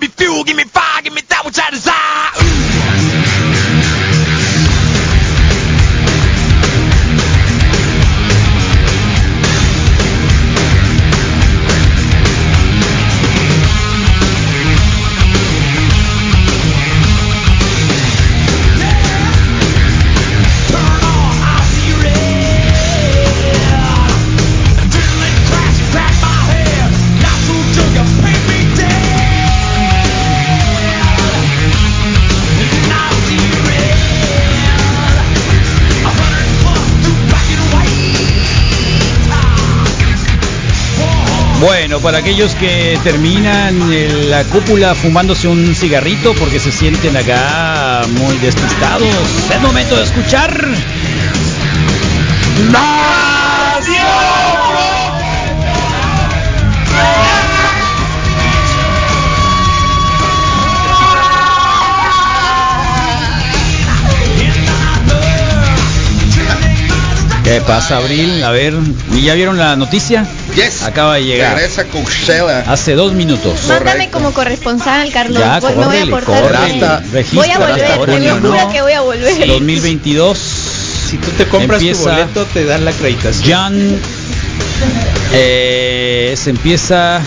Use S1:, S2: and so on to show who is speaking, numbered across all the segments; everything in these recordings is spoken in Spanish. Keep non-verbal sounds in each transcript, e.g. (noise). S1: me fuel, give me fire, give me that which I desire. Ooh.
S2: Bueno, para aquellos que terminan en la cúpula fumándose un cigarrito porque se sienten acá muy despistados, es momento de escuchar. ¿Qué pasa, Abril? A ver, ¿y ya vieron la noticia?
S3: Yes.
S2: Acaba de llegar.
S3: Regresa Coachella.
S2: Hace dos minutos.
S4: Mándame
S3: Correcto.
S4: como corresponsal, Carlos.
S2: Ya,
S4: Voy- me pues voy a
S2: córrele,
S4: portar
S2: córrele.
S4: bien.
S3: Hasta-
S4: Voy
S2: registra
S4: a
S2: hasta
S4: volver, te
S2: junio,
S4: lo juro
S2: ¿no?
S4: que voy a volver.
S2: 2022.
S5: Si tú te compras
S2: Empieza-
S5: tu boleto, te dan la acreditación.
S2: Jan eh, se empieza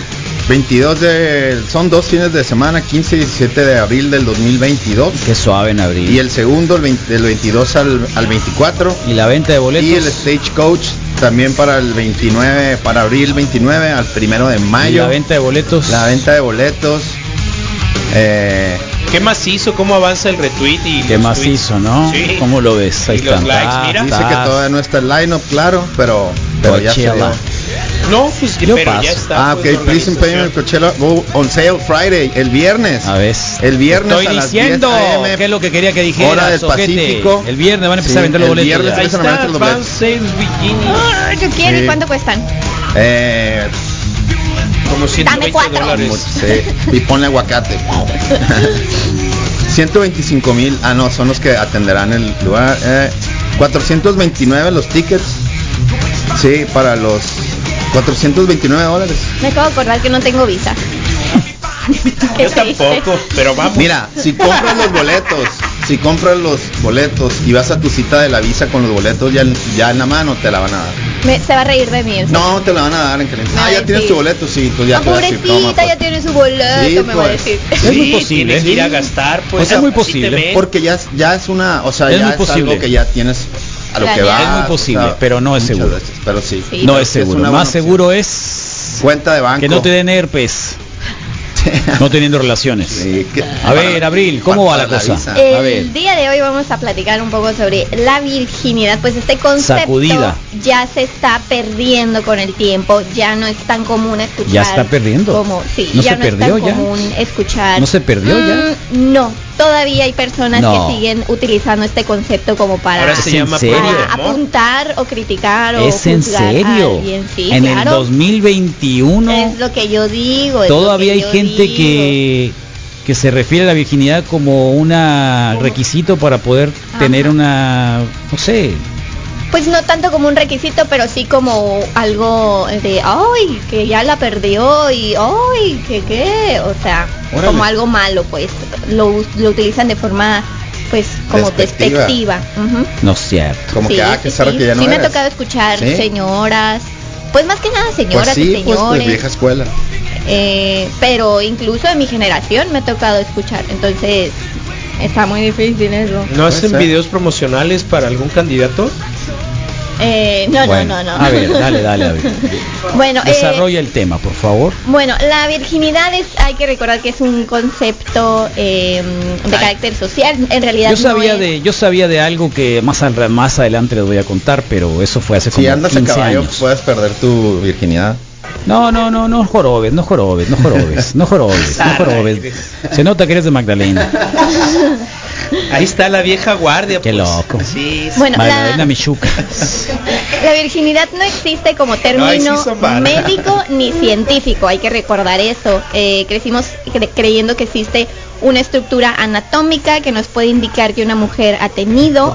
S3: 22 de... Son dos fines de semana, 15 y 17 de abril del 2022.
S2: que suave en abril
S3: Y el segundo, el 20 del 22 al, al 24.
S2: Y la venta de boletos
S3: Y el Stagecoach también para el 29, para abril 29 al primero de
S2: Y la
S3: mayo.
S2: venta de boletos
S3: La venta de boletos. Eh,
S5: ¿Qué más hizo? ¿Cómo avanza el retweet? y
S2: que
S5: los
S2: más
S5: tweets?
S2: hizo, ¿no?
S5: Sí.
S2: ¿Cómo lo ves?
S5: Y los likes, mira.
S3: dice
S2: tas,
S3: que todavía no está el lineup, claro, pero, pero ya se dio.
S2: Coachella.
S5: No, pues que-
S2: Yo
S5: pero
S2: paso.
S5: ya está.
S3: Ah,
S5: pues,
S3: ok,
S5: la
S3: please payment el
S5: organización.
S3: Coachella go on sale Friday, el viernes.
S2: A ver.
S3: El viernes
S2: Estoy
S3: a las
S2: diciendo
S3: 10
S2: que es lo que quería que dijeras,
S3: hora del
S2: ojete.
S3: Pacífico.
S2: El viernes van a empezar a
S3: Sí,
S2: vender los
S3: el
S2: boletos.
S3: viernes
S2: ya.
S5: Ahí
S3: Empiezan a
S5: está,
S3: vender los
S5: fan
S3: boletos.
S5: sales bikini.
S4: Ah, yo quiero,
S3: Sí.
S4: ¿y cuánto cuestan?
S3: Eh,
S5: Como 120
S4: cuatro.
S5: dólares.
S3: sí, y ponle aguacate. 125 mil, ah no, son los que atenderán el lugar. eh, 429 los tickets. Sí, para los 429 dólares.
S4: Me acabo de acordar que no tengo visa.
S5: (laughs)
S4: Qué
S5: Yo tampoco, pero vamos.
S3: Mira, si compras los boletos, si compras los boletos y vas a tu cita de la visa con los boletos ya, en- ya en la mano, te la van a dar.
S4: triste. Me- se va a reír de mí. el-
S3: No, te la van a dar en caliente. Ah,
S4: Ay,
S3: ya tienes
S4: sí.
S3: tu boleto, sí, pues
S4: Ah,
S3: ya te voy a decir, toma,
S4: pobrecita,
S3: pues.
S4: ya tiene su boleto,
S3: Sí,
S4: me va a
S3: pues.
S4: decir.
S2: Es muy
S5: Sí,
S2: posible. ¿eh?
S5: Tienes que ir a gastar, pues.
S2: Pues es muy
S5: así te
S2: posible,
S5: ven.
S3: Porque ya, es- ya es una, o sea,
S2: Es
S3: ya
S2: muy
S3: es
S2: posible.
S3: algo que ya tienes a lo que
S4: Planeado.
S3: va.
S2: Es muy posible, pero no es seguro.
S3: pero sí.
S4: Sí.
S2: No
S3: Creo
S2: es
S3: que
S2: seguro.
S3: una
S2: Más
S3: buena opción.
S2: seguro es
S3: Cuenta de banco.
S2: que no te
S3: (laughs)
S2: den herpes, no teniendo relaciones.
S3: Sí, que-
S2: A ver, Abril, ¿cómo va
S3: para
S2: la cosa?
S3: visa.
S2: Eh, A ver.
S4: El día de hoy vamos a platicar un poco sobre la virginidad, pues este concepto
S2: Sacudida.
S4: ya se está perdiendo con el tiempo, ya no es tan común escuchar.
S2: Ya está perdiendo.
S4: Como, sí,
S2: ¿No
S4: ya
S2: se
S4: no
S2: perdió
S4: es
S2: ya?
S4: tan común escuchar.
S2: ¿No se perdió ya?
S4: Mm, No, todavía hay personas
S2: No.
S4: que siguen utilizando este concepto como para
S5: Ahora se
S2: ¿Es en
S5: llama
S2: serio?
S5: prueba de
S4: para
S5: amor.
S4: apuntar o criticar o
S2: es en
S4: juzgar a
S2: serio.
S4: alguien, sí,
S2: en el
S4: claro.
S2: 2021
S4: es lo que yo digo. es lo
S2: todavía hay
S4: yo
S2: gente
S4: digo.
S2: que que se refiere a la virginidad como un
S4: Como-
S2: requisito para poder
S4: Ajá.
S2: tener una no sé
S4: Pues no tanto como un requisito, pero sí como algo de, ay, que ya la perdió y, ay, que qué, o sea,
S2: Órale.
S4: como algo malo, pues lo, us- lo utilizan de forma, pues, como
S3: Despectiva.
S4: despectiva. Ujú.
S2: no es cierto
S3: Como
S4: Sí,
S3: que, ah,
S4: sí,
S3: que
S4: sí.
S3: zarra que ya no
S4: Sí me ha
S3: eres.
S4: tocado escuchar
S3: Sí.
S4: señoras, pues más que nada
S3: Pues
S4: señoras y
S3: sí, pues,
S4: señores,
S3: de vieja escuela.
S4: eh, pero incluso de mi generación me ha tocado escuchar, entonces está muy difícil eso.
S5: ¿No hacen
S3: ser.
S5: videos promocionales para algún candidato?
S4: Eh, no,
S2: Bueno,
S4: no, no, no.
S2: a ver, dale, dale, a ver.
S4: (laughs) Bueno, eh,
S2: desarrolla el tema por favor
S4: Bueno, la virginidad es, hay que recordar que es un concepto eh, de
S3: Ay.
S4: carácter social. En realidad
S2: yo
S4: no
S2: sabía
S4: es-
S2: de yo sabía de algo que más al- más adelante les voy a contar pero eso fue hace
S3: Si
S2: como
S3: andas a
S2: 15
S3: caballo,
S2: años
S3: puedes perder tu virginidad.
S2: no no no no jorobes no jorobes no jorobes no jorobes no jorobes se nota que eres de Magdalena
S5: Ahí está la vieja guardia.
S2: Qué
S5: pues.
S2: loco.
S5: Sí, sí.
S4: Bueno,
S2: Magdalena
S4: la,
S2: Michuca
S4: la virginidad no existe como
S5: Ay, sí
S4: término
S5: son varias.
S4: médico ni científico. Hay que recordar eso. Eh, crecimos cre- creyendo que existe una estructura anatómica que nos puede indicar que una mujer ha tenido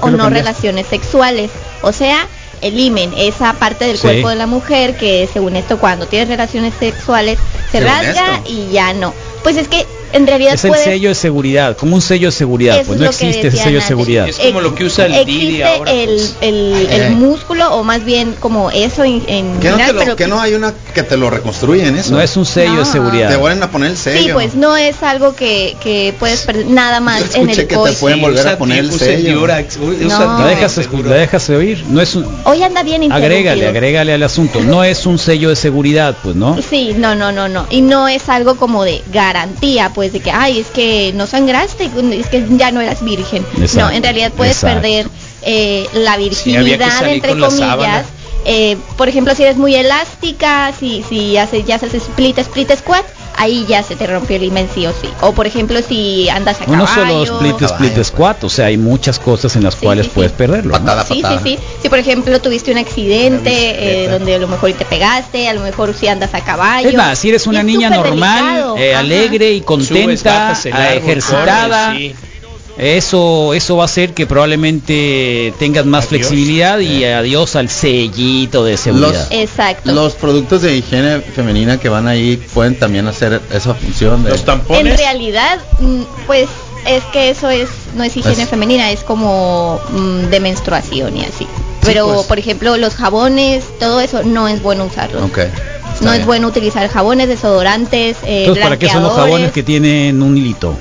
S2: ¿Por qué
S4: o
S2: lo
S4: no
S2: cambiaste?
S4: relaciones sexuales. O sea, el himen, esa parte del
S2: Sí.
S4: cuerpo de la mujer que según esto cuando tienes relaciones sexuales se
S3: Según
S4: rasga
S3: esto.
S4: y ya no. Pues es que en realidad
S2: Es el
S4: puedes-
S2: sello de seguridad, como un sello de seguridad,
S4: Eso
S2: pues
S4: es
S2: no
S4: lo que
S2: existe ese
S4: decía
S2: sello de
S4: Nat.
S2: seguridad. Eh.
S5: Es como lo que usa el
S4: existe
S5: Didi ahora,
S4: el,
S5: pues.
S4: el- el
S3: Ay, ay.
S4: músculo o más bien como eso en, en
S3: ¿Qué no,
S4: gimnasio,
S3: te lo-
S4: pero-
S3: que no hay una que te lo reconstruyen eso?
S2: No es un sello de
S4: No.
S3: Te
S2: seguridad.
S3: vuelven a poner el sello.
S4: Sí, pues no es algo que, que puedes perder nada más
S3: Yo escuché
S4: en el
S3: que te
S4: coche.
S3: Pueden volver a
S5: Usa
S3: poner el
S5: usa
S3: sello.
S5: Durex, u- usa
S4: No.
S5: Durex,
S2: La dejas,
S5: seguro.
S2: la dejas de oír. No es un,
S4: Hoy anda bien
S2: agrégale,
S4: interrumpido.
S2: agrégale al asunto. No es un sello de seguridad, pues, ¿no?
S4: Sí, no, no, no, no. Y no es algo como de garantía, pues de que, ay, es que no sangraste, es que ya no eras virgen.
S2: Exacto,
S4: no, en realidad puedes
S2: exacto.
S4: perder eh, la
S5: había que
S4: virginidad,
S5: salir
S4: entre
S5: con la sábana.
S4: comillas. Eh, por ejemplo, si eres muy elástica, si, si haces, ya haces split, split squat, ahí ya se te rompió el imen sí o sí. O por ejemplo, si andas a
S2: No, no
S4: caballo.
S2: solo split, split
S3: Caballo,
S2: squat, o sea, hay muchas cosas en las
S4: Sí,
S2: cuales
S4: sí, sí.
S2: puedes perderlo. ¿no?
S3: Patada.
S4: Sí,
S3: patada.
S4: sí, sí. Si por ejemplo tuviste un
S5: La
S4: accidente
S5: bicicleta.
S4: eh, donde a lo mejor te pegaste, a lo mejor si andas a caballo.
S2: Es más, si eres una
S4: Es
S2: niña
S4: súper
S2: normal,
S4: delicado.
S2: eh,
S4: Ajá.
S2: alegre y
S5: Subes,
S2: contenta,
S5: bajas el
S2: ah,
S5: árbol,
S2: ejercitada,
S5: corres, sí.
S2: eso eso va a hacer que probablemente tengas más
S5: Adiós.
S2: flexibilidad y adiós al sellito de seguridad.
S4: Exacto.
S3: Eh. Los eh, productos de higiene femenina que van ahí pueden también hacer esa función de...
S5: Los
S4: en
S5: tampones.
S4: realidad, mm, pues es que eso es no es higiene
S3: Es-
S4: femenina, es como mm, de menstruación y así. Pero
S3: pues.
S4: por ejemplo, los jabones, todo eso no es bueno usarlo.
S3: Ok, está
S4: No es
S3: bien.
S4: bueno utilizar jabones, desodorantes, eh,
S2: Entonces, ¿para qué son los jabones
S4: blanqueadores,
S2: que tienen un hilito?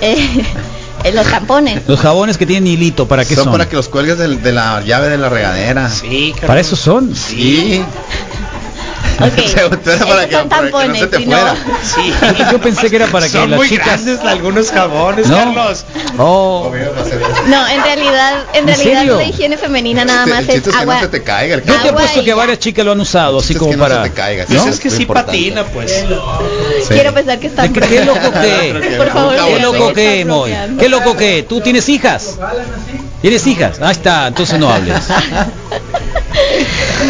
S4: eh, (laughs) los
S3: (laughs)
S4: tampones.
S2: Los jabones que tienen hilito, ¿para qué
S3: son,
S2: son?
S3: para que los cuelgues del- de, la llave de la regadera.
S5: Sí, cabrón.
S2: Para eso son.
S3: Sí.
S4: Ok.
S3: Según tú era para que,
S4: Esos son
S3: para que no
S4: tampones,
S3: se te
S4: si no-
S3: fuera. (laughs)
S5: Sí.
S2: (laughs) Yo pensé que era para que
S5: Son
S2: las
S5: muy
S2: chicas.
S5: grandes algunos jabones,
S2: No.
S5: Carlos.
S2: Oh,
S3: Obvio, va a ser-
S4: No, en realidad, en
S2: ¿En
S4: realidad
S2: serio?
S4: la higiene femenina nada
S3: Este,
S4: más
S3: el chiste
S4: es
S3: es que
S4: agua.
S3: no se te caiga el
S2: yo te
S4: Agua
S2: apuesto
S4: y
S2: que
S4: ya.
S2: varias chicas lo han usado, así
S3: Es
S2: como
S3: que no
S2: para.
S3: se te caiga,
S5: Pues
S3: ¿no?
S5: es que
S3: Muy
S5: sí
S3: importante.
S5: patina, pues.
S3: Sí.
S4: Quiero pensar que está
S2: ¿De qué- qué loco que?
S4: (laughs) Por favor,
S2: Qué
S4: Ahora
S2: loco
S4: sí.
S2: que, Moy.
S4: Apropiando.
S2: Qué loco que. ¿Tú tienes hijas? ¿Tienes hijas? Ahí está, entonces no hables.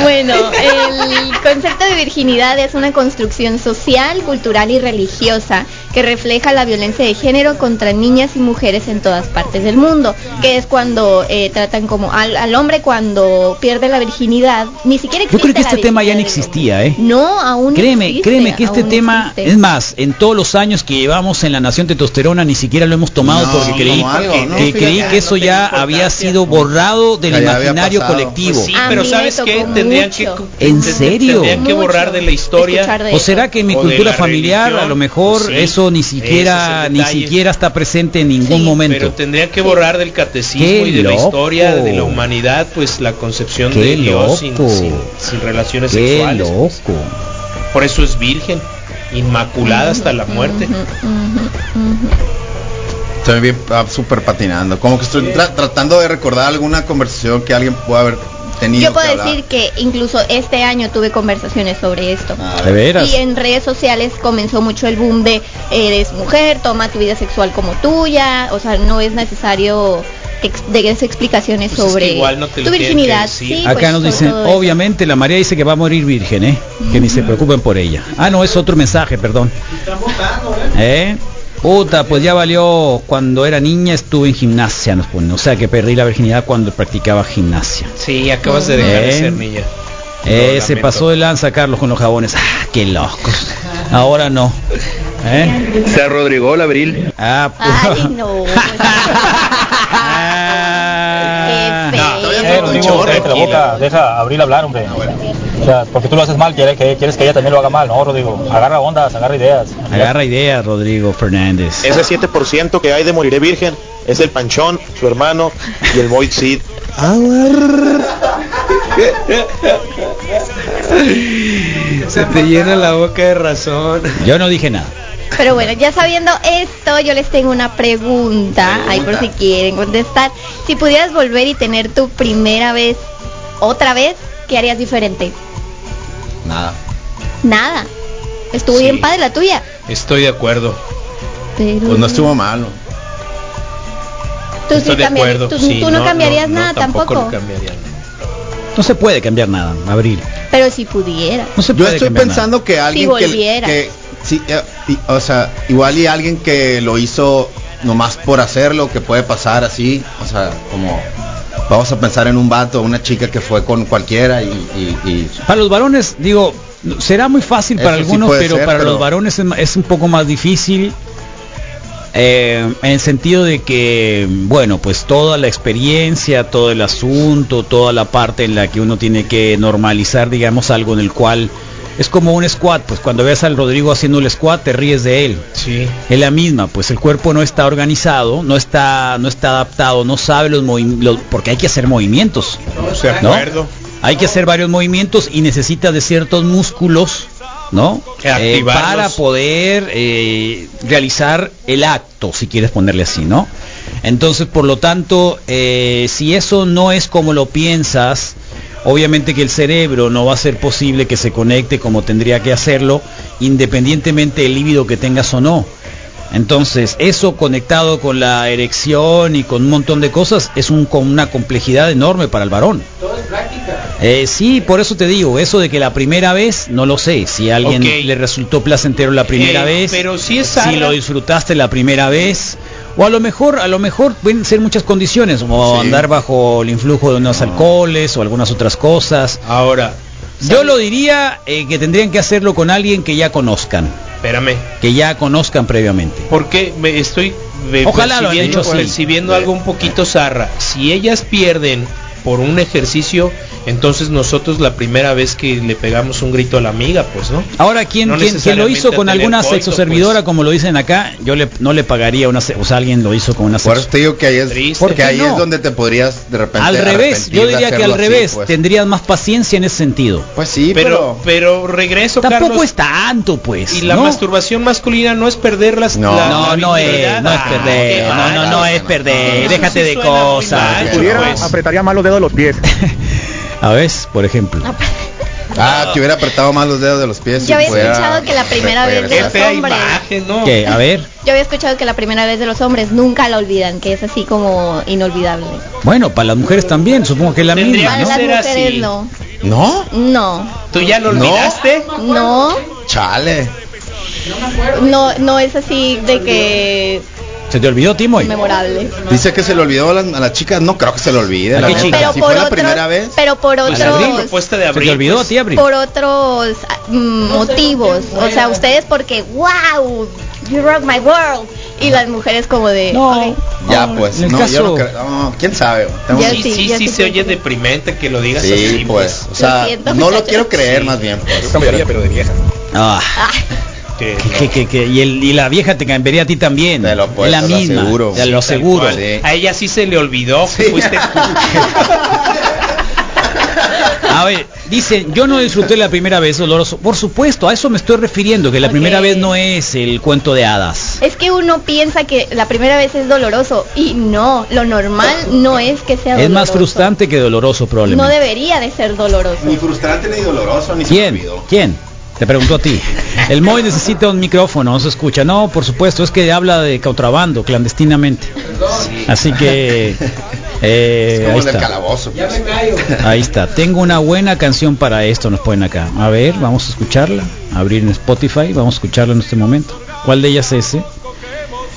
S4: Bueno, el concepto de virginidad es una construcción social, cultural y religiosa que refleja la violencia de género contra niñas y mujeres en todas partes del mundo, que es cuando eh, tratan como al, al hombre cuando pierde la virginidad, ni siquiera
S2: Yo
S4: existe
S2: creo que
S4: la
S2: este tema ya no
S4: virginidad del hombre.
S2: existía, ¿eh?
S4: No, aún
S2: Créeme,
S4: existe,
S2: créeme que este
S4: aún
S2: tema,
S4: existe.
S2: es más, en todos los años que llevamos en la Nación Testosterona ni siquiera lo hemos tomado
S3: No,
S2: porque creí
S3: como algo, ¿no?
S2: que eh,
S3: Fíjate,
S2: creí
S5: ya
S2: que
S5: no
S2: eso
S5: tenía
S2: ya
S5: importancia.
S2: había sido borrado del
S3: Ya había
S2: imaginario
S3: pasado.
S2: colectivo.
S5: Pues Sí,
S4: A
S5: pero
S4: mí
S5: ¿sabes
S4: me
S5: qué?
S4: tocó
S5: Tendrían que,
S4: mucho.
S2: ¿En
S5: tendrían-
S2: serio?
S5: Tendrían que
S4: Mucho
S5: borrar de la
S4: escuchar
S5: historia.
S4: de
S2: ¿O
S4: eso.
S2: será que en mi
S5: pues O de
S2: cultura
S5: la
S2: familiar a lo
S5: religión, Pues
S2: mejor
S5: sí,
S2: eso ni
S5: ese es el
S2: siquiera ni
S5: detalle.
S2: siquiera está presente en ningún
S4: Sí,
S2: momento?
S5: Pero tendrían que borrar del catecismo
S2: Qué
S5: y de la
S2: loco.
S5: historia de la humanidad, pues la concepción
S2: Qué
S5: de Dios sin,
S2: loco.
S5: sin- sin relaciones
S2: Qué
S5: sexuales.
S2: loco.
S5: Por eso es virgen, inmaculada hasta la muerte.
S4: Ujú, ujú, ujú.
S3: Estoy bien ah, súper patinando. Como que estoy tra- tratando de recordar alguna conversación que alguien pueda haber tenido.
S4: Yo puedo
S3: que hablar.
S4: decir que incluso este año tuve conversaciones sobre esto.
S3: Ah,
S2: De veras.
S4: Y en redes sociales comenzó mucho el boom de eres mujer, toma tu vida sexual como tuya, o sea, no es necesario que ex- des explicaciones
S5: Pues es que
S4: sobre
S5: igual no te lo
S4: tu
S5: tienen que
S4: virginidad.
S5: decir.
S4: Sí,
S2: Acá
S4: pues,
S2: nos
S4: sobre
S2: dicen,
S4: todo eso.
S2: obviamente la María dice que va a morir virgen, ¿eh? Que ni se preocupen por ella. Ah, no, es otro mensaje, perdón. ¿Eh? Puta, pues ya valió. Cuando era niña estuve en gimnasia, nos ponen. O sea que perdí la virginidad cuando practicaba gimnasia.
S5: Sí, acabas de dejar de
S2: Bien.
S5: ser niña.
S2: Eh,
S5: Lo
S2: se
S5: lamento.
S2: pasó de lanza Carlos con los jabones. Ah, qué locos. Ahora no. ¿Eh?
S6: Se Rodrigo Labril.
S2: Ah, pu-
S4: Ay,
S2: (laughs)
S4: no.
S2: Ah.
S4: Qué feo.
S2: No,
S3: todavía
S7: Eh,
S3: falta
S7: Ah,
S3: un
S7: Rodrigo,
S3: chorro,
S7: cállate la
S3: Rodrigo.
S7: boca, deja abrir hablar, hombre. O sea, porque tú lo haces mal, quieres que, quieres que ella también lo haga mal, ¿no, Rodrigo? Agarra ondas, agarra ideas.
S2: Agarra idea, Rodrigo Fernández.
S8: Ese 7% que hay de Moriré Virgen es el Panchón, su hermano y el Moid Sid.
S5: Se te llena la boca de razón.
S2: Yo no dije nada.
S4: Pero bueno, ya sabiendo esto, yo les tengo una pregunta, ahí por si quieren contestar. Si pudieras volver y tener tu primera vez otra vez, ¿qué harías diferente?
S3: Nada.
S4: Nada. Estuvo
S5: Sí.
S4: bien padre la tuya.
S5: Estoy de acuerdo.
S4: Pero
S3: Pues no estuvo malo.
S4: tú, sí
S5: Estoy de
S4: cambiarías-
S5: acuerdo.
S4: tú-
S5: Sí,
S4: tú no, cambiarías nada
S5: no,
S4: tampoco.
S5: lo cambiaría.
S2: No se puede cambiar nada, Abril.
S4: Pero si pudiera. (laughs)
S2: No se
S3: Yo
S2: puede
S3: estoy
S2: cambiar nada.
S3: pensando que alguien que-
S4: volviera.
S3: que, sí, eh, y- o sea, igual y alguien que lo hizo nomás por hacerlo, que puede pasar así, o sea, como vamos a pensar en un vato, una chica que fue con cualquiera y, y- y-
S2: Para los varones, digo, será muy fácil para
S3: Eso sí
S2: algunos,
S3: puede
S2: pero
S3: ser,
S2: para
S3: pero-
S2: los varones es, ma- es un poco más difícil Eh, en el sentido de que, bueno, pues toda la experiencia, todo el asunto, toda la parte en la que uno tiene que normalizar, digamos, algo en el cual es como un squat, pues cuando ves al Rodrigo haciendo el squat te ríes de él.
S5: Sí.
S2: Es la misma, pues el cuerpo no está organizado, no está, no está adaptado, no sabe los movimientos, porque hay que hacer movimientos.
S5: De acuerdo.
S2: Hay que hacer varios movimientos y necesita de ciertos músculos, ¿no? Eh,
S5: Que activarlos.
S2: para poder eh, realizar el acto, si quieres ponerle así, ¿no? Entonces, por lo tanto, eh, si eso no es como lo piensas, obviamente que el cerebro no va a ser posible que se conecte como tendría que hacerlo, independientemente del líbido que tengas o no. Entonces, eso conectado con la erección y con un montón de cosas es un, con una complejidad enorme para el varón. Eh, sí, por eso te digo, eso de que la primera vez, no lo sé, si a alguien
S5: Ok.
S2: le resultó placentero la primera
S5: Eh,
S2: vez,
S5: pero sí es
S2: si
S5: Sara.
S2: lo disfrutaste la primera vez, o a lo mejor, a lo mejor pueden ser muchas condiciones, como
S3: Sí.
S2: andar bajo el influjo de unos alcoholes o algunas otras cosas.
S5: Ahora,
S2: Yo lo diría eh, que tendrían que hacerlo con alguien que ya conozcan,
S5: espérame.
S2: que ya conozcan previamente.
S5: Porque me estoy eh,
S2: Ojalá lo hayan
S5: percibiendo,
S2: hecho así.
S5: percibiendo algo un poquito zarra. Si ellas pierden por un ejercicio, entonces nosotros la primera vez que le pegamos un grito a la amiga, pues, ¿no?
S2: Ahora, ¿quién,
S5: No
S2: quién- quién lo
S5: necesariamente
S2: hizo con
S5: a tener
S2: alguna
S5: coito,
S2: sexoservidora,
S5: pues.
S2: como lo dicen acá? Yo le, no le pagaría una... se- O sea, alguien lo hizo con una
S3: Por eso
S2: sexo.
S3: te digo que ahí es,
S5: Triste.
S3: porque
S2: ¿Por
S3: ahí
S2: qué no?
S3: es donde te podrías de repente
S2: Al revés,
S3: arrepentir
S2: yo
S3: de
S2: diría que
S3: hacerlo
S2: al
S3: así,
S2: revés,
S3: pues.
S2: tendrías más paciencia en ese sentido.
S3: Pues sí,
S5: Pero, pero
S3: pero,
S5: regreso,
S2: Tampoco
S5: Carlos.
S2: es tanto, pues.
S5: Y la
S2: ¿no?
S5: masturbación masculina no es perder las
S3: No.
S5: la-
S2: No,
S5: la
S2: no
S5: virginidad.
S2: es, no es
S5: Ah,
S2: perder,
S5: qué
S2: no, no, no
S5: bárbaro.
S2: es perder,
S5: Eso
S2: déjate
S5: sí
S2: de
S5: suena muy
S2: cosas.
S5: mal,
S3: Pudiera,
S5: pues.
S6: Ah, Apretaría más los dedos de los pies.
S2: (laughs) A ver, por ejemplo.
S3: ah, te hubiera apretado más los dedos de los pies.
S4: Yo
S3: y
S4: había
S3: fuera-
S4: escuchado que la primera vez de
S5: Qué
S4: los
S5: fea
S4: hombres.
S5: Este, imagen, ¿no?
S2: ¿Qué? A ver.
S4: Yo había escuchado que la primera vez de los hombres nunca la olvidan, que es así como inolvidable.
S2: Bueno, para las mujeres también, supongo que es la
S5: Tendría
S2: misma,
S4: Para
S5: que
S2: ¿no?
S4: las
S5: ser
S4: mujeres
S5: así.
S4: no.
S3: ¿No?
S4: No,
S5: ¿Tú ya lo
S3: No.
S5: olvidaste?
S4: no,
S3: Chale.
S4: no, no es así de que
S2: ¿Se te olvidó, Timoy?
S4: memorable.
S3: Dice que se le olvidó a las, a las chicas. No creo que se le olvide.
S2: ¿A
S3: la
S2: qué
S3: neta.
S2: chicas?
S4: Pero
S3: si
S4: por
S3: fue la
S4: otros-
S3: primera vez.
S4: pero por
S5: Pues abril,
S4: otros,
S5: propuesta de
S2: ¿Se
S5: abril.
S2: te olvidó a
S5: pues.
S2: ti, Abril?
S4: por otros ah, mm, motivos, o sea, ustedes porque wow, you rock my world y las mujeres como de
S2: No.
S4: "Ok".
S3: Ya,
S2: No,
S3: pues.
S2: en el
S3: No, yo
S2: caso-
S3: no creo. no, quién sabe. Tengo-
S4: Ya
S5: pues, Sí,
S4: sí,
S5: sí, sí,
S4: ya sí
S5: se
S4: fue.
S5: oye deprimente que lo digas
S3: Sí,
S5: así,
S3: pues.
S5: pues.
S3: O sea,
S4: Lo siento,
S3: no lo
S4: muchachos.
S3: quiero creer más bien. Pues.
S8: cambiaría, pero de vieja.
S2: Ah,
S4: Ah,
S5: Que
S2: que-
S5: no.
S2: que- que- que- y, el- y la vieja te cambiaría a ti también.
S3: Te lo puedo-
S2: Es la
S3: te lo
S2: misma.
S3: aseguro.
S2: Te lo
S3: Tal
S2: aseguro.
S3: cual, eh.
S5: A ella sí se le olvidó que (laughs) fuiste
S2: A ver, dicen, yo no disfruté la primera vez, doloroso. Por supuesto, a eso me estoy refiriendo, que la
S4: Ok.
S2: primera vez no es el cuento de hadas.
S4: es que uno piensa que la primera vez es doloroso y no, lo normal no es que sea
S2: Es
S4: doloroso.
S2: más frustrante que doloroso
S4: No
S2: probablemente.
S4: debería de ser doloroso.
S3: Ni frustrante ni doloroso, ni se me
S2: ¿Quién?
S3: olvidó.
S2: ¿Quién? Te pregunto a ti. El Moy necesita un micrófono, no se escucha. No, por supuesto, es que habla de contrabando clandestinamente. Así que... eh,
S3: Es
S2: ahí
S3: como el del
S2: está.
S3: calabozo. pues.
S2: Ahí está. Tengo una buena canción para esto, nos ponen acá. A ver, vamos a escucharla. Abrir en Spotify, vamos a escucharla en este momento. ¿Cuál de ellas es ese?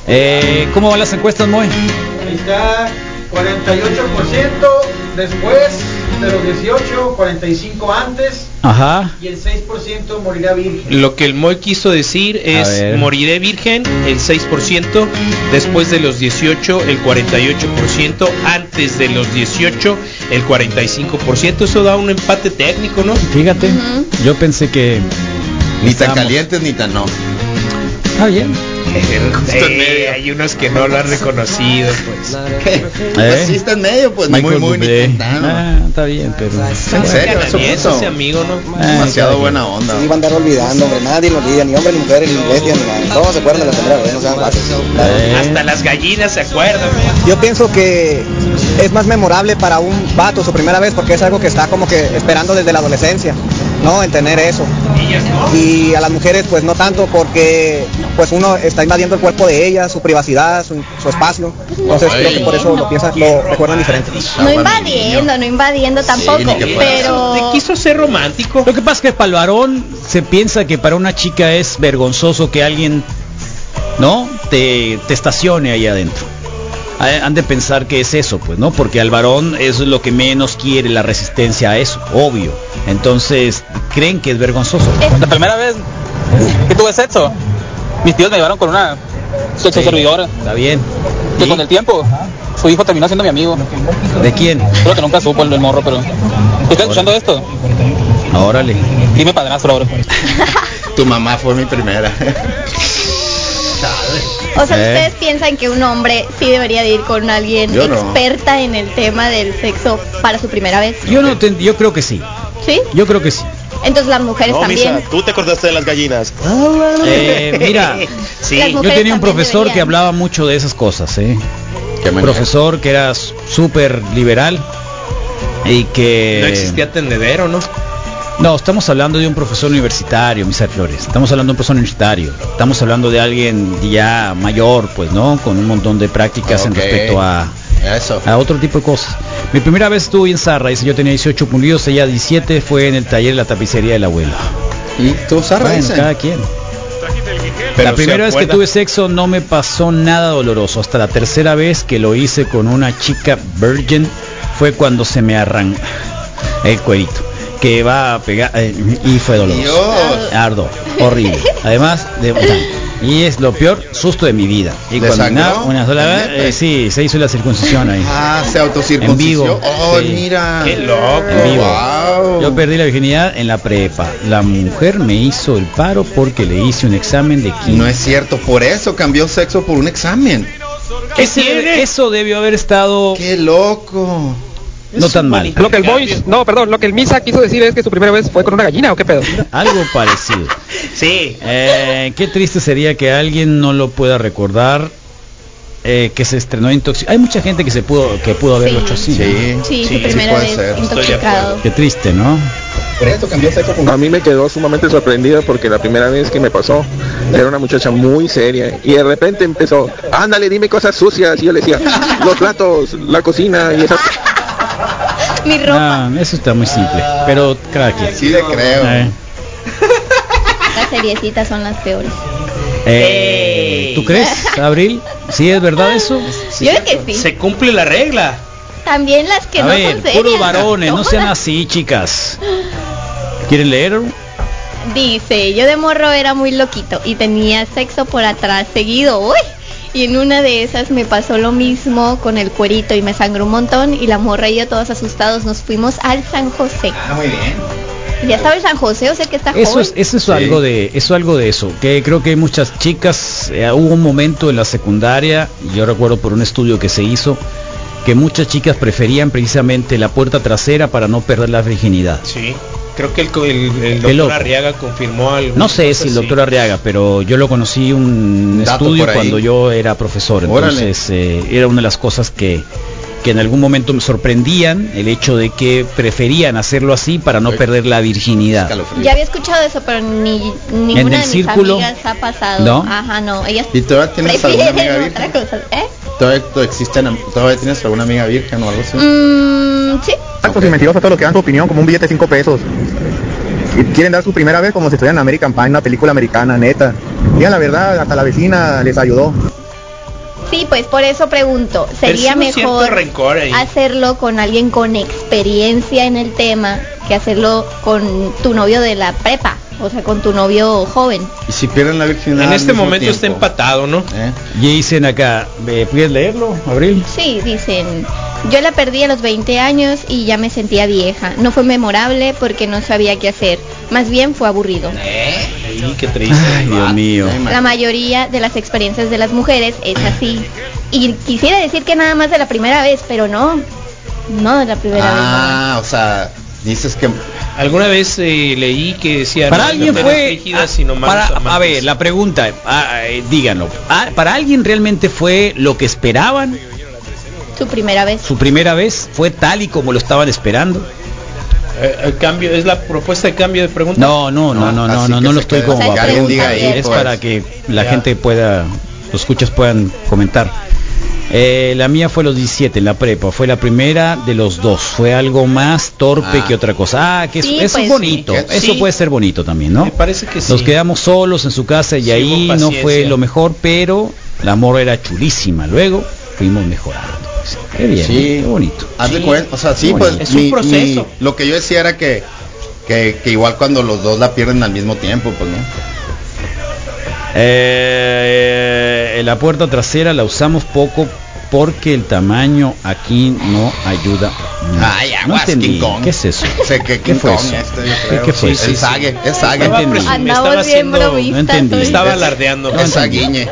S2: Eh, ¿Cómo van las encuestas, Moy?
S9: Ahí está, 48% después de los 18, 45 antes
S2: Ajá.
S9: y el 6% morirá virgen.
S5: Lo que el Moy quiso decir
S2: ver.
S5: es moriré virgen, el 6%, después de los 18, el 48%, antes de los 18, el 45%. Eso da un empate técnico, ¿no?
S2: Fíjate,
S4: Ujú.
S2: yo pensé que...
S3: Ni tan
S2: Estamos.
S3: calientes
S2: (laughs)
S3: ni tan no.
S2: Está bien.
S5: Eh, hay unos que no lo han reconocido, pues.
S2: ¿Eh?
S3: Pues sí está en medio, pues. ni muy, Pues
S2: Michael
S3: muy, ni
S2: Bublé.
S3: tan tan, ¿no?
S2: Ah, está bien, pero...
S3: En serio, eso
S5: Canadiense
S3: puso
S5: ese amigo, ¿no?
S2: Ah,
S3: demasiado
S2: está bien.
S3: buena onda.
S10: iba a andar olvidando, hombre, nadie lo olvida, ni hombres, ni mujeres, ni bestias, ni nada. Todos se acuerdan de la primera vez, no sean vacos.
S2: Eh,
S5: Hasta las gallinas se acuerdan.
S10: Yo pienso que es más memorable para un vato su primera vez porque es algo que está como que esperando desde la adolescencia, ¿no? En tener eso.
S5: Ellas no.
S10: Y a las mujeres pues no tanto porque pues uno está invadiendo el cuerpo de ellas, su privacidad, su, su espacio. Entonces creo que por eso lo piensan, lo recuerdan diferente.
S4: No
S3: Ah, bueno,
S4: invadiendo, no invadiendo tampoco,
S3: ni que fuera
S4: pero
S5: Te quiso ser romántico.
S2: Lo que pasa es que para el varón se piensa que para una chica es vergonzoso que alguien, ¿no? Te, te estacione ahí adentro. Ha- Han de pensar que es eso, pues, ¿no? Porque al varón eso es lo que menos quiere, la resistencia a eso, obvio. Entonces, creen que es vergonzoso.
S6: La primera vez que tuve sexo, mis tíos me llevaron con una
S7: usted su
S2: Sí.
S7: servidora.
S2: Está bien.
S7: Que
S2: ¿Y?
S7: con el tiempo, su hijo terminó siendo mi amigo.
S2: ¿De quién?
S7: Creo que nunca supo el del morro, pero. ¿Está escuchando esto?
S2: Órale.
S7: Dime padrastro ahora.
S3: Tu mamá fue mi primera. (laughs)
S4: O sea,
S2: Eh.
S4: ¿ustedes piensan que un hombre sí debería de ir con alguien
S3: Yo no.
S4: experta en el tema del sexo para su primera vez?
S2: Yo no ten- yo creo que sí.
S4: ¿Sí?
S2: Yo creo que sí.
S4: Entonces las mujeres
S8: No,
S4: también.
S8: Misa, tú te acordaste de las gallinas.
S5: (laughs)
S2: Eh, mira, yo
S4: Las mujeres
S2: tenía un
S4: también
S2: profesor que
S4: deberían.
S2: hablaba mucho de esas cosas, ¿eh?
S3: Qué manera.
S2: profesor que era s- súper liberal y que
S5: No existía tendedero, ¿no?
S2: No, estamos hablando de un profesor universitario, Misa Flores. Estamos hablando de un profesor universitario. Estamos hablando de alguien ya mayor, pues, ¿no? Con un montón de prácticas en
S3: Ok.
S2: respecto a,
S3: Eso.
S2: a otro tipo de cosas. Mi primera vez estuve en Sarra, dice yo tenía 18 pulidos, ella 17, fue en el taller de la tapicería del abuelo.
S3: ¿Y tú Sarra,
S2: Bueno,
S3: dicen?
S2: cada quien.
S5: Pero
S2: la
S5: se
S2: primera vez que
S5: acuerda.
S2: tuve sexo no me pasó nada doloroso. Hasta la tercera vez que lo hice con una chica virgin fue cuando se me arranca el cuerito. Que va a pegar eh, y fue doloroso.
S3: Dios.
S2: Ardo, horrible. Además, de, o sea, y es lo peor susto de mi vida. Y
S3: ¿Le
S2: cuando
S3: sangró?
S2: una, una sola vez, eh, sí, se hizo la circuncisión ahí.
S3: Ah, se
S2: En
S3: autocircunció.
S2: vivo.
S3: Oh,
S2: Sí.
S3: mira.
S5: Qué loco.
S2: En vivo.
S3: Wow.
S2: Yo perdí la virginidad en la prepa. La mujer me hizo el paro porque le hice un examen de química.
S3: No es cierto, por eso cambió sexo por un examen.
S2: Ese- eso debió haber estado
S3: Qué loco.
S2: no tan mal.
S6: Lo que el Boys, no, perdón, lo que el Misa quiso decir es que su primera vez fue con una gallina o qué pedo.
S2: Algo parecido.
S5: Sí.
S2: Eh, qué triste sería que alguien no lo pueda recordar. eh, que se estrenó intoxicado. Hay mucha gente que se pudo que pudo haberlo
S4: Sí.
S2: hecho así. ¿no?
S3: Sí.
S4: Sí,
S3: sí,
S4: su primera
S3: puede
S4: vez
S3: ser.
S5: de
S4: intoxicado.
S2: Qué triste, ¿no?
S10: Por eso cambió sexo con
S6: A mí me quedó sumamente sorprendida porque la primera vez que me pasó era una muchacha muy seria y de repente empezó, ándale, dime cosas sucias. Y yo le decía, los platos, la cocina y esas...
S4: Mi ropa
S2: Ah, eso está muy simple. Pero cada quien.
S3: Sí le creo.
S2: Eh,
S4: Las seriecitas son las peores.
S2: eh, ¿Tú crees, Abril? ¿Sí es verdad eso?
S4: Yo creo que sí.
S5: Se cumple la regla.
S4: También las que
S2: A
S4: no
S2: ver,
S4: son serias.
S2: puros varones, no
S4: Todas. (laughs)
S2: sean así, chicas. ¿Quieren leer?
S4: Dice, yo de morro era muy loquito y tenía sexo por atrás seguido. Uy. Y en una de esas me pasó lo mismo con el cuerito y me sangró un montón y la morra y yo todos asustados nos fuimos al San José.
S3: Ah, muy bien.
S4: Ya sabe San José, o sea que está
S2: Eso
S4: joven.
S2: es, eso es algo de, eso algo de eso. Que creo que hay muchas chicas. eh, hubo un momento en la secundaria, y yo recuerdo por un estudio que se hizo, que muchas chicas preferían precisamente la puerta trasera para no perder la virginidad.
S5: Sí. Creo que el, co- el, el
S2: Qué loco.
S5: doctor Arriaga confirmó algo.
S2: No sé si el doctor Arriaga, pero yo lo conocí un
S3: Pues Dato
S2: estudio
S3: por ahí.
S2: cuando yo era profesor.
S3: Órale.
S2: Entonces eh, era una de las cosas que, que en algún momento me sorprendían el hecho de que preferían hacerlo así para no
S3: Ay.
S2: perder la virginidad.
S3: Escalofrío.
S4: Ya había escuchado eso, pero ni ninguna
S2: el
S4: de mis
S2: círculo?
S4: amigas ha pasado.
S2: ¿No?
S4: Ajá, no. Ellas
S3: ¿Y todavía tienes alguna
S4: prefieren
S3: amiga
S4: otra
S3: virgen?
S4: cosa. ¿Eh?
S3: ¿Todavía, tú existen, am- ¿Todavía tienes alguna amiga virgen o algo así?
S4: Mm, sí.
S3: Exactos
S10: Actos
S3: y
S10: y mentirosos, todos los que dan su opinión como un billete de 5 pesos. Y quieren dar su primera vez como si estuvieran en American Pie, una película americana, neta. Digan la verdad, hasta la vecina les ayudó.
S4: Sí, pues por eso pregunto, ¿sería
S5: Percibo cierto
S4: mejor
S5: rencor ahí.
S4: hacerlo con alguien con experiencia en el tema que hacerlo con tu novio de la prepa? O sea, con tu novio joven.
S3: Y si pierden la virginidad.
S5: En
S3: al
S5: este
S3: mismo
S5: momento está
S3: tiempo?
S5: empatado, ¿no?
S3: ¿Eh?
S2: Y dicen acá, eh, ¿puedes leerlo, Abril?
S4: Sí, dicen, yo la perdí a los 20 años y ya me sentía vieja. No fue memorable porque no sabía qué hacer. Más bien fue aburrido. Eh.
S5: Ay, qué triste.
S2: Ay, Dios mío.
S3: Ay, ma-
S4: La mayoría de las experiencias de las mujeres es así. Y quisiera decir que nada más de la primera vez, pero no. No de la primera vez.
S3: Ah, o sea, dices que.
S5: Alguna vez eh, leí que decía
S2: Para
S5: "No,
S2: alguien
S5: mujeres
S2: fue,
S5: rígidas,
S2: ah,
S5: sino malos
S2: para- a
S5: amantes".
S2: ver, la pregunta, ah, eh, díganlo, Ah, para alguien realmente fue lo que esperaban,
S4: no. Su primera vez.
S2: su primera vez fue tal y como lo estaban esperando.
S5: Eh, el cambio es la propuesta de cambio de pregunta.
S2: No, no, no, no, no,
S3: así
S2: no,
S3: que
S2: no lo
S3: se
S2: estoy
S3: quede-
S2: como
S4: O sea,
S2: para
S4: que alguien
S2: preguntar,
S4: diga ahí,
S2: es
S3: pues.
S2: para que la
S5: Ya.
S2: gente pueda, los escuchas puedan comentar. Eh, la mía fue los 17 en la prepa, fue la primera de los dos, fue algo más torpe
S3: Ah.
S2: que otra cosa. Ah, que eso-
S4: Sí,
S2: eso es
S4: pues,
S2: bonito,
S3: sí.
S2: eso
S5: Sí.
S2: puede ser bonito también, ¿no?
S5: Me parece que sí.
S2: Nos quedamos solos en su casa y
S5: Sí,
S2: ahí
S5: hubo
S2: no
S5: paciencia.
S2: fue lo mejor, pero la morra era chulísima. Luego fuimos mejorando. Qué bien, ¿eh?
S3: Sí. Ah.
S2: qué bonito.
S3: Haz de cuenta, o sea, sí,
S2: Muy
S3: pues.
S2: bien.
S5: Es un proceso.
S3: lo que yo decía era que, que, que igual cuando los dos la pierden al mismo tiempo, pues no.
S2: Eh, la puerta trasera la usamos poco porque el tamaño aquí no ayuda. nada.
S3: Ay,
S2: no
S3: aguas,
S2: entendí.
S3: King Kong.
S2: ¿Qué es eso?
S3: Se- que
S2: ¿Qué
S3: King
S2: fue
S3: Kong
S2: eso?
S3: este, yo
S2: ¿Qué-
S3: creo.
S2: qué fue
S3: Sí,
S2: eso?
S3: sí, es sague, es sague.
S5: Estaba
S2: entendí.
S5: presu-
S4: Andamos
S5: estaba
S4: bien
S5: haciendo-
S4: bromistas
S2: no entendí.
S4: hoy.
S5: Estaba alardeando.
S3: Es saguiñe.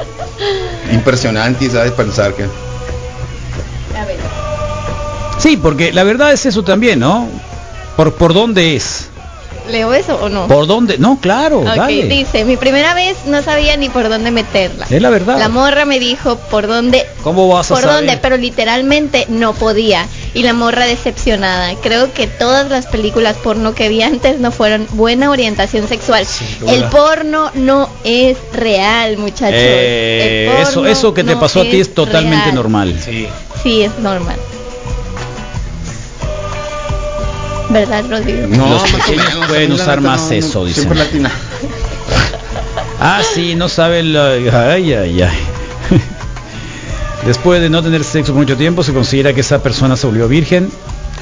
S3: Impresionante, y ¿sabes? Pensar que.
S4: A ver.
S2: Sí, porque la verdad es eso también, ¿no? ¿Por, por dónde es?
S4: ¿Leo eso o no?
S2: ¿Por dónde? No, claro,
S4: Ok,
S2: dale.
S4: dice, mi primera vez no sabía ni por dónde meterla.
S2: Es la verdad.
S4: La morra me dijo por dónde,
S2: ¿Cómo vas a
S4: por
S2: saber?
S4: dónde, pero literalmente no podía. Y la morra decepcionada. Creo que todas las películas porno que vi antes no fueron buena orientación sexual. El porno no es real, muchachos.
S2: Eh,
S4: El
S2: eso,
S4: porno
S2: eso que te
S4: no
S2: pasó a ti es totalmente
S4: real.
S2: normal.
S5: Sí.
S4: Sí, es normal. ¿Verdad, Rodrigo?
S2: Los pequeños pueden usar más eso,
S3: dice.
S2: dicen.
S3: Siempre latina.
S2: Ah, sí, no sabe la... Ay, ay, ay. (laughs) Después de no tener sexo por mucho tiempo, se considera que esa persona se volvió virgen.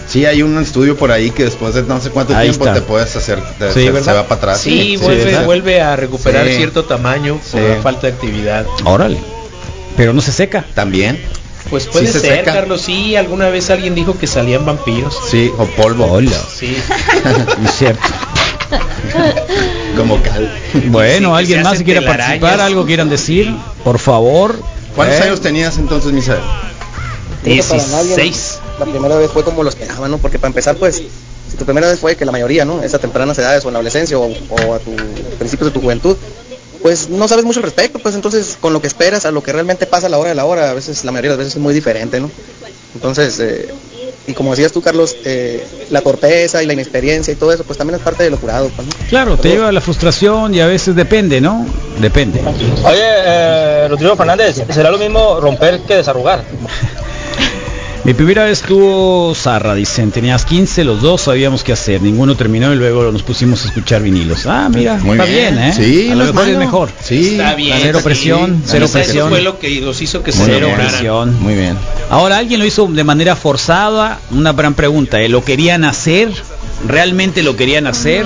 S3: Sí, hay un estudio por ahí que después de no sé cuánto
S2: Ahí
S3: tiempo
S2: está.
S3: te puedes hacer. te-
S2: Sí,
S3: se,
S2: ¿verdad?
S3: se va para atrás.
S5: Sí, vuelve,
S2: ¿verdad?
S5: vuelve a recuperar
S3: Sí.
S5: cierto tamaño por
S3: Sí.
S5: la falta de actividad.
S2: Órale. Pero no se seca.
S3: También.
S5: Pues puede
S3: se
S5: ser,
S3: seca.
S5: Carlos. Sí, alguna vez alguien dijo que salían vampiros.
S3: Sí, o polvo.
S2: Hola.
S3: (laughs)
S5: Sí.
S2: No es cierto.
S3: Como cal.
S2: Bueno,
S5: que
S2: alguien
S5: se
S2: más
S5: hacen
S2: si quiera
S5: telarañas.
S2: participar, algo quieran decir, por favor.
S3: ¿Cuántos
S2: Eh,
S3: años tenías entonces, Misael?
S10: Creo que para nadie, ¿no?
S5: 16.
S10: La primera vez fue como lo esperaban, ¿no? Porque para empezar, pues, si tu primera vez fue que la mayoría, ¿no? Es a tempranas edades o en la adolescencia o, o a tus principios de tu juventud, pues no sabes mucho al respecto, pues entonces con lo que esperas, a lo que realmente pasa a la hora de la hora, a veces la mayoría de las veces es muy diferente, ¿no? Entonces, eh, y como decías tú, Carlos, eh, la torpeza y la inexperiencia y todo eso, pues también es parte de lo curado, pues, ¿no?
S2: Claro, te
S10: Pero-
S2: lleva a la frustración y a veces depende, ¿no? Depende.
S7: Oye, eh, Rodrigo Fernández, ¿será lo mismo romper que desarrugar?
S2: Mi primera vez tuvo Zarra, dicen. Tenías 15, los dos sabíamos qué hacer. Ninguno terminó y luego nos pusimos a escuchar vinilos. Ah, mira, está bien, ¿eh?
S3: Sí,
S2: a lo
S3: no
S2: mejor es
S3: malo.
S2: mejor.
S3: Sí.
S5: Está bien.
S2: Cero presión,
S5: Sí.
S2: cero
S5: Quizá Eso
S2: presión.
S5: fue lo que los hizo que se
S3: Muy
S2: Cero
S3: bien.
S5: enamoraran.
S2: presión.
S3: Muy bien.
S2: Ahora, alguien lo hizo de manera forzada. Una gran pregunta. ¿eh? ¿Lo querían hacer? ¿Realmente lo querían hacer?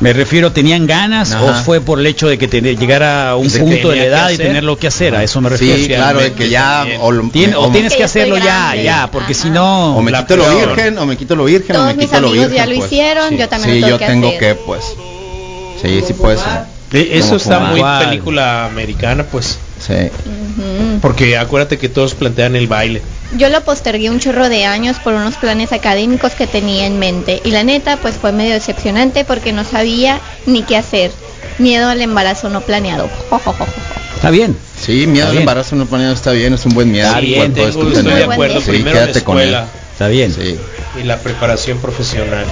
S2: Me refiero, ¿tenían ganas
S3: Ajá.
S2: o fue por el hecho de que tener- llegara a un
S5: De que
S2: punto de
S5: tenía
S2: la
S5: que
S2: edad y
S5: hacer.
S2: tener lo que hacer? A eso me refiero.
S3: Sí, claro, de que ya
S5: también.
S3: o, lo-
S2: Tien- o
S3: o-
S2: tienes
S4: Que
S2: que
S4: yo
S2: hacerlo
S4: estoy
S2: ya,
S4: grande.
S2: ya, porque si
S4: Ajá.
S2: no...
S3: o me
S5: la
S3: quito lo
S5: peor.
S3: virgen, o me quito lo virgen, o
S4: Todos
S3: me
S4: mis
S3: quito lo
S4: amigos
S3: virgen.
S4: ya lo
S3: pues.
S4: hicieron, yo también
S3: Sí,
S4: lo
S3: yo
S4: tengo que
S3: tengo
S4: hacer.
S3: que, pues. Sí, sí puede ser.
S5: Eh, Eso
S3: Como
S5: está
S3: fumar.
S5: muy
S2: ¿Cuál?
S5: película americana, pues.
S3: Sí.
S4: Ujú.
S5: Porque acuérdate que todos plantean el baile.
S4: Yo lo postergué un chorro de años por unos planes académicos que tenía en mente y la neta pues fue medio decepcionante porque no sabía ni qué hacer. Miedo al embarazo no planeado.
S2: Está bien.
S3: Sí, miedo
S2: Está
S3: al
S2: bien.
S3: embarazo no planeado está bien, es un buen miedo.
S5: Sí,
S3: cual
S5: tengo-
S3: puedes tú
S5: estoy de
S3: tener.
S5: acuerdo.
S3: Sí,
S5: Primero la
S3: quédate con él.
S5: escuela
S2: Está bien.
S3: Sí.
S5: y la preparación profesional.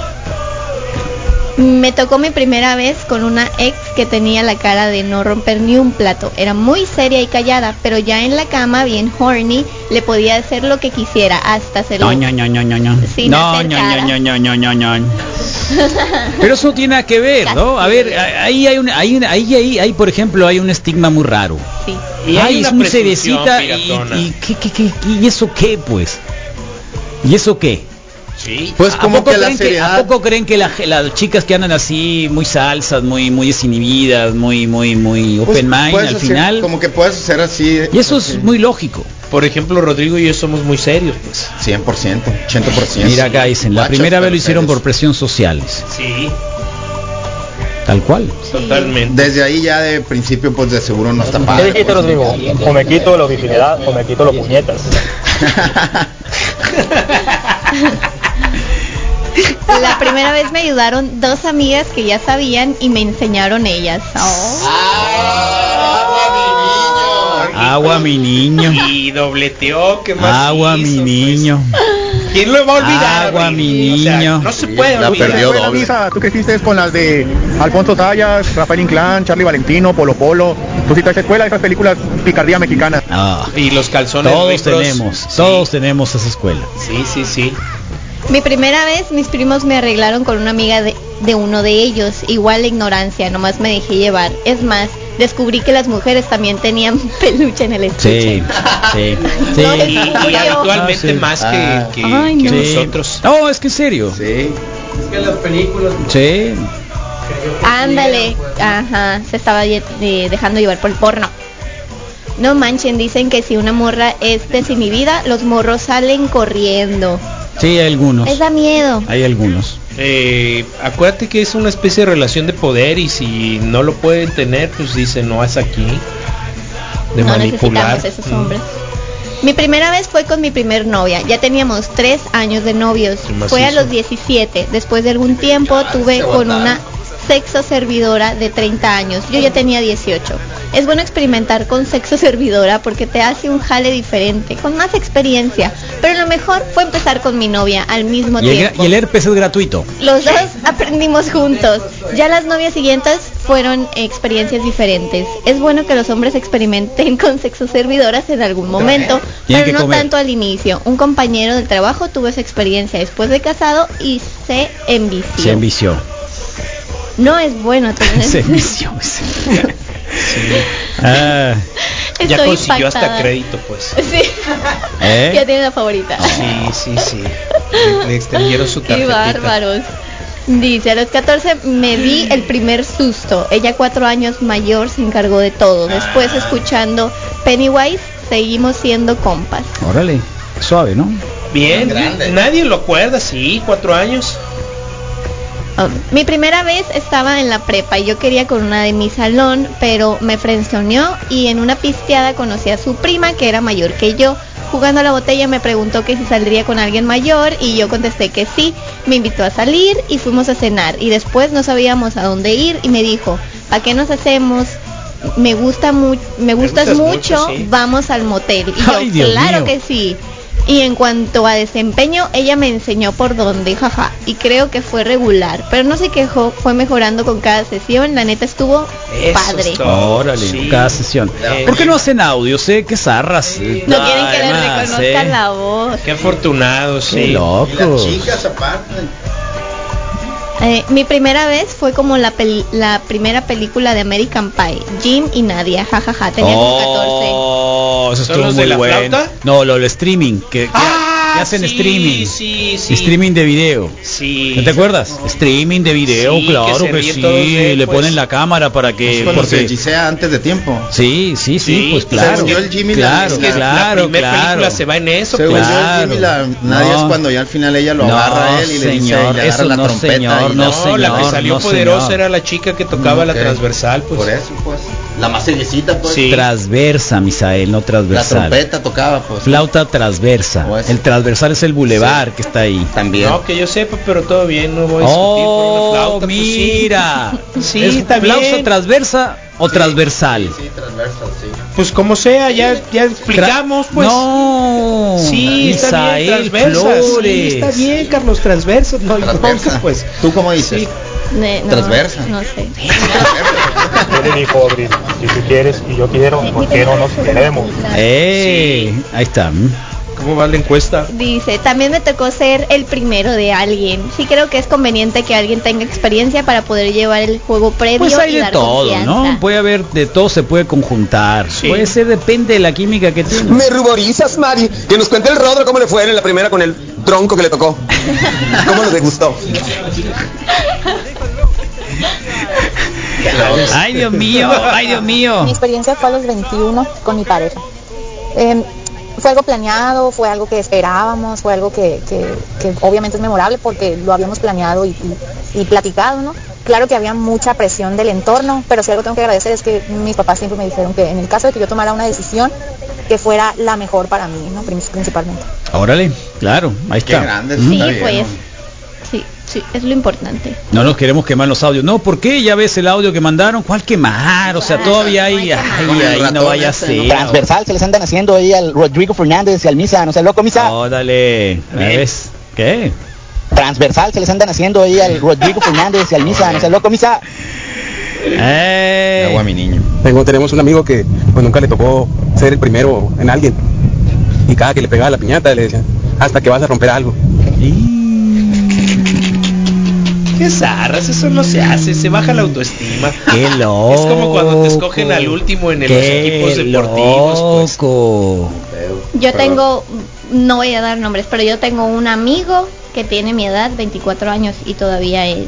S4: Me tocó mi primera vez con una ex que tenía la cara de no romper ni un plato. Era muy seria y callada, pero ya en la cama, bien horny, le podía hacer lo que quisiera, hasta hacerlo.
S2: No, no, no, no, no, no.
S4: Sin
S2: No,
S4: hacer
S2: no,
S4: cara.
S2: no, no, no, no, no,
S4: (laughs)
S2: no. Pero eso no tiene nada que ver, ¿no? A ver, ahí hay un, ahí, ahí, ahí, ahí, por ejemplo, hay un estigma muy raro.
S4: Sí.
S5: Y hay
S2: Ay,
S5: una
S2: es muy
S5: presunción
S2: cerecita y,
S5: piratona.
S2: y, ¿qué, qué, qué, qué? ¿y eso qué, pues. ¿Y eso qué?
S5: Sí.
S3: Pues
S2: ¿A
S3: como
S2: poco
S3: que la
S2: creen que, ¿A
S3: seriedad
S2: poco creen que la- las chicas que andan así, muy salsas, muy, muy desinhibidas, muy, muy, muy
S3: pues,
S2: open mind
S3: puedes
S2: al
S3: hacer-
S2: final?
S3: Como que puedes hacer así.
S2: Y eso es muy lógico.
S5: Por ejemplo, Rodrigo y yo somos muy serios, pues.
S3: 100%, 80%.
S2: Mira acá dicen, la
S3: Guachos,
S2: primera vez
S3: pero
S2: lo hicieron por
S3: serios.
S2: presión sociales.
S5: Sí,
S2: Tal cual.
S5: totalmente.
S3: Desde ahí ya de principio, pues de seguro no está
S7: ¿Qué
S3: padre.
S7: dijiste,
S3: pues.
S7: Rodrigo? O me quito la virginidad o me quito los puñetas.
S4: Pues La primera vez me ayudaron dos amigas que ya sabían y me enseñaron ellas. Oh.
S2: Agua Ah, mi niño.
S5: Y dobleteó, ¿qué más?
S2: Agua mi
S5: hizo, pues? (laughs)
S2: niño.
S5: ¿Quién lo va a olvidar?
S2: Agua,
S5: Rodrigo?
S2: mi
S5: O sea,
S2: niño.
S5: no se puede
S3: La
S5: olvidar.
S3: perdió doble.
S6: ¿tú qué hiciste con las de Alfonso Sayas, Rafael Inclán, Charlie Valentino, Polo Polo? ¿Tú sí escuela esas películas picardía mexicana?
S2: Ah,
S5: Y los calzones
S2: todos
S5: ricos.
S2: tenemos,
S5: Sí,
S2: todos tenemos esa escuela.
S5: Sí, sí, sí.
S4: Mi primera vez, mis primos me arreglaron con una amiga de, de uno de ellos. Igual la ignorancia, nomás me dejé llevar. Es más, descubrí que las mujeres también tenían (laughs) peluche en el estuche.
S2: Sí,
S5: (laughs)
S2: sí, sí.
S4: No,
S5: Y,
S4: es-
S5: y habitualmente
S2: Ah, sí.
S5: más que,
S3: Ah.
S5: que-
S4: Ay,
S5: que
S4: no.
S2: Sí.
S5: nosotros.
S2: No, es que en serio.
S3: Sí.
S9: Es que las películas.
S2: Sí.
S4: Ándale, ajá, se estaba ye- eh, dejando llevar por el porno. No manchen, dicen que si una morra es desinhibida, los morros salen corriendo.
S2: Sí, hay algunos.
S4: Les da miedo.
S2: Hay algunos.
S5: Eh, acuérdate que es una especie de relación de poder y si no lo pueden tener, pues dicen, no es aquí. De
S4: no
S5: manipular. Mm.
S4: necesitamos esos hombres. Mi primera vez fue con mi primer novia. Ya teníamos tres años de novios.
S5: macizo.
S4: Fue a los 17. Después de algún tiempo tuve con una sexo servidora de 30 años. Yo ya tenía 18. Es bueno experimentar con sexo (laughs) servidora porque te hace un jale diferente, con más experiencia. Pero lo mejor fue empezar con mi novia al mismo
S2: Y el,
S4: tiempo.
S2: gra- y el herpes es gratuito.
S4: Los dos aprendimos juntos. Ya las novias siguientes fueron experiencias diferentes. Es bueno que los hombres experimenten (laughs) con sexo servidoras en algún momento,
S2: Tienen
S4: pero
S2: que
S4: no
S2: comer.
S4: tanto al inicio. Un compañero del trabajo tuvo esa experiencia después de casado y se envició.
S2: Se
S4: (laughs)
S2: envició.
S4: no es
S2: (laughs)
S4: bueno tener.
S2: Se
S4: (laughs)
S2: envició. Ah,
S5: Ya
S4: Estoy
S5: consiguió hasta
S4: impactada.
S5: crédito, pues.
S4: Sí.
S2: ¿eh? Ah.
S4: Ya tiene la favorita.
S5: Sí, sí, sí. Le,
S4: (laughs)
S5: le extendieron su
S4: Qué
S5: tarjetita.
S4: bárbaros. Dice, a los 14 me di el primer susto. Ella cuatro años mayor se encargó de todo. Después
S5: Ah.
S4: escuchando Pennywise, seguimos siendo compas.
S2: Órale. Suave, ¿no?
S5: Bien,
S3: Grande.
S5: nadie lo acuerda, sí, cuatro años.
S4: Ah, mi primera vez estaba en la prepa y yo quería con una de mi salón, pero me frenzoneó y en una pisteada conocí a su prima que era mayor que yo. Jugando a la botella me preguntó que si saldría con alguien mayor y yo contesté que sí. Me invitó a salir y fuimos a cenar y después no sabíamos a dónde ir y me dijo, ¿para qué nos hacemos? Me gusta mucho, me gustas,
S5: gustas
S4: mucho,
S5: mucho, sí.
S4: vamos al motel. Y
S2: Ay,
S4: yo,
S2: Dios
S4: claro
S2: mío.
S4: que sí. Y en cuanto a desempeño, ella me enseñó por dónde, jaja. Y creo que fue regular, pero no se quejó, fue mejorando con cada sesión. La neta estuvo
S5: Eso
S4: padre.
S5: es todo.
S2: Órale,
S5: Oh, Sí.
S2: cada sesión.
S5: Eh,
S2: ¿Por qué no hacen audio? Sé que zarras.
S4: No quieren que les
S2: Además,
S4: reconozcan
S2: ¿eh?
S4: la voz.
S5: Qué afortunado, sí.
S2: Qué
S3: Y las
S2: loco.
S3: chicas aparte.
S4: Eh, mi primera vez fue como la, peli- la primera película de American Pie, Jim y Nadia, jajaja. Tenía como 14.
S2: Oh, eso
S5: ¿Son
S2: estuvo
S5: los de
S2: muy
S5: la
S2: bueno.
S5: flauta?
S2: No, lo, lo streaming. Que, que- que Ah, hacen
S5: sí,
S2: streaming.
S5: Sí, sí.
S2: Streaming de video.
S5: Sí.
S2: ¿No te acuerdas? Streaming de video,
S5: Sí, que
S2: claro
S5: se
S2: que,
S5: ríen
S2: sí.
S5: todos de él,
S2: Le
S5: pues.
S2: ponen la cámara para
S3: Es
S2: que.
S3: cuando se
S2: Porque,
S3: hechicea antes de tiempo.
S2: sí, sí, sí,
S5: Sí,
S2: pues
S5: según
S2: claro.
S3: yo, el Jimmy la-
S2: claro,
S3: es que la
S2: claro,
S5: la primera
S2: claro.
S5: película se va en eso,
S3: Según
S5: pues.
S3: yo, el Jimmy, la- nadie
S2: No.
S3: es cuando ya al final ella lo
S2: No,
S3: agarra a él y le dice, y le
S2: señor,
S3: agarra
S2: eso
S3: la
S2: no,
S3: trompeta.
S2: señor,
S5: No,
S3: y
S2: no,
S5: la que
S2: señor,
S5: salió
S2: no,
S5: poderosa
S2: señor. Mm,
S5: era la chica que tocaba la
S3: Ok.
S5: transversal, pues.
S3: Por eso, pues. La más seriecita, pues.
S5: Sí.
S2: Transversa, Misael, no
S3: La
S2: transversal.
S3: trompeta tocaba, pues.
S2: Flauta transversa.
S3: O ese.
S2: El transversal es el bulevar que está ahí.
S3: También.
S5: No, que yo sepa, pero todo bien, no voy a discutir por
S2: Oh,
S5: una flauta, pues, sí.
S2: mira.
S5: (laughs) Sí,
S2: ¿Es
S5: está
S2: flauta
S5: bien.
S2: transversa o transversal?
S3: Sí, transversal, sí.
S5: Pues como sea, ya, ya explicamos,
S2: Tra-
S5: pues.
S2: No.
S5: Sí, está bien,
S2: Misael
S5: transversas. Sí,
S2: Flores.
S5: está bien, Carlos, transversas. No, entonces,
S3: Transversa.
S5: pues.
S3: ¿Tú cómo dices?
S5: Sí.
S4: Ne- no,
S3: Transversa.
S4: No sé.
S7: Yo le dijo a Abril, si tú quieres y yo quiero, ¿por qué no nos queremos?
S2: Eh, ahí está.
S5: ¿Cómo va la encuesta?
S4: Dice, también me tocó ser el primero de alguien. Sí creo que es conveniente que alguien tenga experiencia para poder llevar el juego previo
S2: Pues hay
S4: y
S2: de
S4: dar
S2: todo,
S4: confianza.
S2: ¿no? Puede haber de todo, se puede conjuntar.
S5: Sí.
S2: Puede ser, depende de la química que tiene.
S6: Me ruborizas, Mari. Que nos cuente el Rodro cómo le fue a él en la primera con el tronco que le
S10: (laughs)
S6: tocó. ¿Cómo lo degustó?
S2: Ay, Dios mío, ay, Dios mío.
S11: Mi experiencia fue a los 21 con mi pareja. Eh, fue algo planeado, fue algo que esperábamos, fue algo que, que- que obviamente es memorable porque lo habíamos planeado y, y- y platicado, ¿no? Claro que había mucha presión del entorno, pero si algo tengo que agradecer es que mis papás siempre me dijeron que en el caso de que yo tomara una decisión, que fuera la mejor para mí, ¿no? Prin- Principalmente.
S2: Órale, claro, ahí
S3: Qué
S2: está.
S3: grande,
S2: Mm.
S4: Sí,
S3: Está bien,
S4: pues.
S3: ¿no?
S4: Sí, sí, es lo importante.
S2: No nos queremos quemar los audios. No, ¿por qué? Ya ves el audio que mandaron. ¿Cuál quemar? O sea, todavía
S4: Ah, no hay
S2: hay...
S4: que
S2: Ay,
S3: Con el
S2: ahí no
S3: ratón
S2: vaya a
S3: ese,
S2: ser.
S3: ¿no?
S12: transversal que les andan haciendo ahí al Rodrigo Fernández y al Misa, no sé, loco Misa.
S2: Órale, ¿ya ves? ¿Qué?
S12: Transversal que les andan haciendo ahí al Rodrigo Fernández y al Misa, no sé, loco Misa.
S2: Eh,
S3: Agua, mi niño.
S6: Tengo, tenemos un amigo que pues nunca le tocó ser el primero en alguien. Y cada que le pegaba la piñata le decía, hasta que vas a romper algo.
S5: Qué zarras, eso no se hace, se baja la autoestima.
S2: Qué
S5: (laughs)
S2: loco.
S5: Es como cuando te escogen al último en el- los
S2: Qué
S5: equipos deportivos, pues.
S2: loco.
S4: Yo tengo, no voy a dar nombres, pero yo tengo un amigo que tiene mi edad, 24 años, y todavía es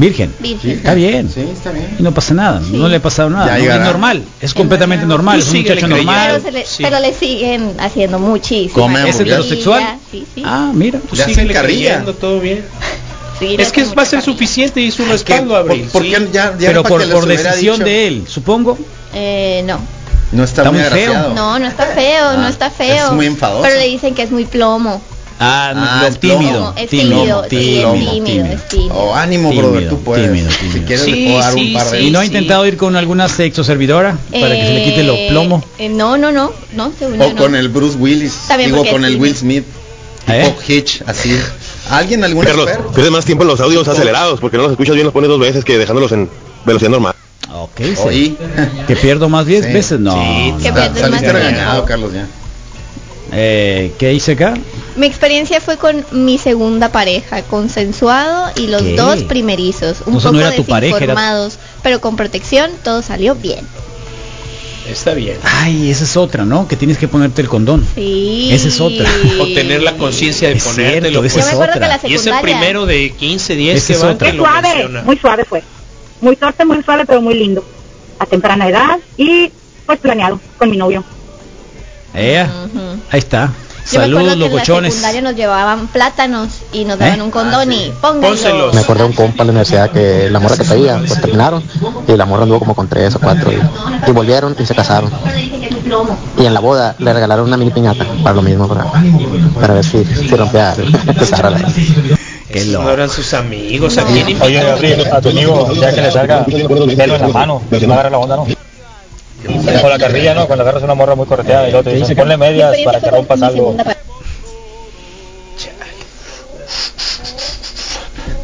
S2: Virgen.
S4: Virgen.
S2: Está bien.
S3: Sí, está bien.
S2: Y no pasa nada, no le ha pasado
S3: Ya
S2: nada. no, es
S3: llegará.
S2: normal, es completamente normal, es un muchacho
S4: Pero,
S2: normal.
S4: se le, pero le siguen haciendo muchísimo.
S2: Come ¿Es heterosexual?
S4: Sí, sí.
S2: Ah, mira,
S5: Tú síguele creyendo, todo bien.
S4: Sí, le
S5: Es que
S4: hacen
S5: va a ser suficiente y su respaldo, Abril. sí.
S2: pero por, por decisión de él, supongo.
S4: mucho- Eh, no.
S3: No está,
S2: Está
S3: muy
S2: muy feo.
S3: agraciado.
S4: No, no está feo, no está feo.
S3: es muy enfadoso.
S4: Pero le dicen que es muy plomo.
S2: Ah, no,
S3: Ah,
S2: lo
S3: es plomo,
S2: tímido.
S4: es
S2: Tímido,
S4: tímido, sí, es tímido, es tímido.
S3: Oh, ánimo,
S2: Tímido,
S3: brother, tú puedes.
S2: tímido,
S3: Si
S2: tímido.
S3: quieres
S4: Sí,
S3: le puedo dar un
S4: sí,
S3: par de...
S4: sí,
S2: ¿Y no ha intentado ir con alguna sexo servidora para que se le quite los
S4: Eh,
S2: plomo?
S4: eh, no, no, no, no, según yo
S3: O
S4: no.
S3: con el Bruce Willis,
S4: También
S3: digo
S4: porque
S3: con
S4: es
S3: el
S4: tímido.
S3: Will Smith,
S2: ¿Eh?
S3: Bob Hitch, así. ¿Alguien, algún
S8: Carlos,
S3: experto?
S8: tienes más tiempo en los audios acelerados porque no los escuchas bien, los pones dos veces que dejándolos en velocidad normal.
S2: Ok, sí.
S3: Oí.
S2: Que pierdo más 10
S3: Sí.
S2: veces, no.
S5: Sí,
S2: no.
S4: Que
S3: Ah,
S4: pierdes más
S3: Saliste
S4: tiempo.
S3: regañado, Carlos, ya.
S2: Eh, ¿Qué hice acá?
S4: Mi experiencia fue con mi segunda pareja, consensuado y los
S2: ¿Qué?
S4: dos primerizos, un
S2: O sea,
S4: poco
S2: no era tu pareja, era-
S4: desinformados, pero con protección todo salió bien.
S5: Está bien.
S2: Ay, esa es otra, ¿no? Que tienes que ponerte el condón.
S4: Sí.
S2: Esa
S5: (laughs)
S2: es otra.
S5: O tener la conciencia de
S2: Es
S5: ponértelo. pues.
S2: cierto, esa
S4: Yo
S2: es
S4: me acuerdo
S2: otra.
S4: que la
S5: Y es el
S4: secundaria-
S5: primero de 15, 10
S2: Ese
S5: que
S2: es
S5: van
S2: otro.
S5: que
S2: Qué
S5: lo menciona.
S13: suave, muy suave fue. Muy torpe, muy suave, pero muy lindo. A temprana edad y pues planeado con mi novio.
S2: Ea,
S4: Ujú.
S2: ahí está.
S4: Yo me
S2: Saludos,
S4: acuerdo que en la
S2: locochones.
S4: secundaria nos llevaban plátanos y nos daban
S2: ¿Eh?
S4: un condón y pónganlo.
S5: Pónselos.
S14: Me acuerdo de un compa en la universidad que la morra que traía, pues terminaron y la morra anduvo como con tres o cuatro y, y volvieron y se casaron.
S4: Pero le dicen que es un plomo.
S14: Y en la boda le regalaron una mini piñata para lo mismo, para, para ver si, si rompía (laughs) el pizarra.
S2: Qué
S5: No
S2: loco.
S5: eran sus amigos. ¿A quién invitan?
S7: Oye, Abril, a tu amigo, ya que le salga pelo en la mano, si no agarra la onda, ¿no? Con la carrilla, ¿no? Cuando agarras una morra muy correteada y luego te dicen, ponle medias
S4: Mi experiencia
S7: para que
S4: fue con
S7: rompas
S4: mi
S7: algo.
S4: segunda pareja.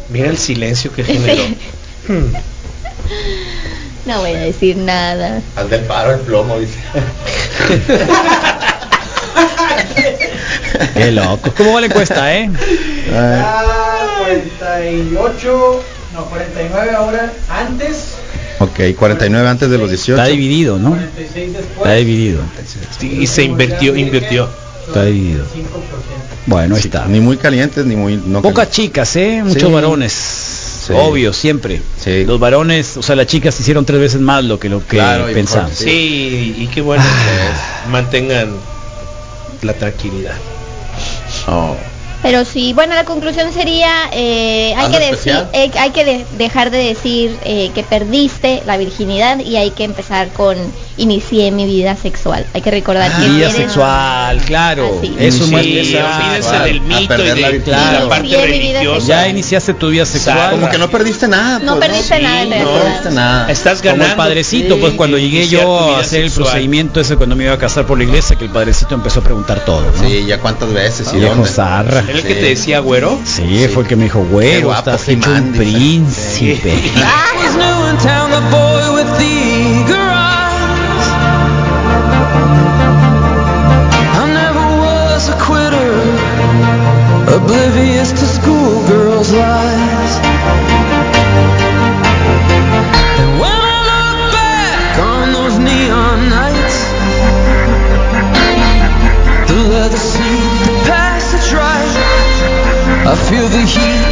S5: Mira el silencio que generó. Hmm.
S4: No voy a decir nada.
S3: Al del paro el plomo, dice.
S2: Qué loco. ¿Cómo va la encuesta, eh?
S3: Ay,
S9: Ah, 48, no, 49 ahora antes,
S3: ok, 49 antes de los 18.
S2: Está dividido, ¿no?
S9: 46
S2: Está
S9: después,
S2: dividido.
S5: Sí, Y se invirtió, invirtió.
S2: Está dividido.
S9: 5%.
S2: Bueno, ahí
S3: Sí,
S2: está.
S3: Ni muy calientes, ni muy... No
S2: Pocas
S3: calientes.
S2: chicas, ¿eh? Muchos
S3: Sí.
S2: varones. Obvio, siempre.
S3: Sí.
S2: Los varones, o sea, las chicas hicieron tres veces más lo que lo que
S3: Claro, y
S2: pensaban.
S3: mejor,
S5: Sí, y qué bueno
S2: Ah.
S5: que mantengan la tranquilidad.
S3: Oh.
S4: Pero sí, bueno, la conclusión sería, eh, hay,
S3: ¿Algo
S4: que decir,
S3: especial?
S4: eh, hay que de- dejar de decir eh, que perdiste la virginidad y hay que empezar con inicié mi vida sexual. Hay que recordar
S3: Ah,
S4: que
S2: Vida
S4: eres-
S2: sexual, claro.
S4: Así.
S2: Eso es
S5: Sí,
S2: más
S5: olvídense
S2: sexual.
S5: del mito
S3: perder
S5: y
S3: la
S5: de,
S3: virginidad.
S5: la parte
S4: Sí, mi vida
S5: religiosa.
S2: Ya iniciaste tu vida sexual.
S3: Como que no perdiste nada.
S4: No
S3: pues,
S4: perdiste
S5: Sí,
S4: nada en
S5: no,
S3: No
S4: realidad.
S3: perdiste nada.
S5: Estás
S2: Como
S5: ganando.
S2: el padrecito, pues cuando llegué
S5: Iniciar tu
S2: yo a
S5: vida
S2: hacer el
S5: sexual.
S2: procedimiento ese cuando me iba a casar por la iglesia, que el padrecito empezó a preguntar todo, ¿no?
S3: Sí, ya cuántas veces y
S2: Viejo
S3: dónde.
S2: zarra.
S5: ¿Era el que
S3: Sí.
S5: te decía, güero?
S2: Sí,
S3: Sí.
S2: fue el que me dijo,
S3: Qué
S2: güero,
S3: guapo,
S2: estás hecho un
S3: He-Man", dice.
S2: príncipe. (laughs)
S3: (laughs) Ah,
S1: I feel the heat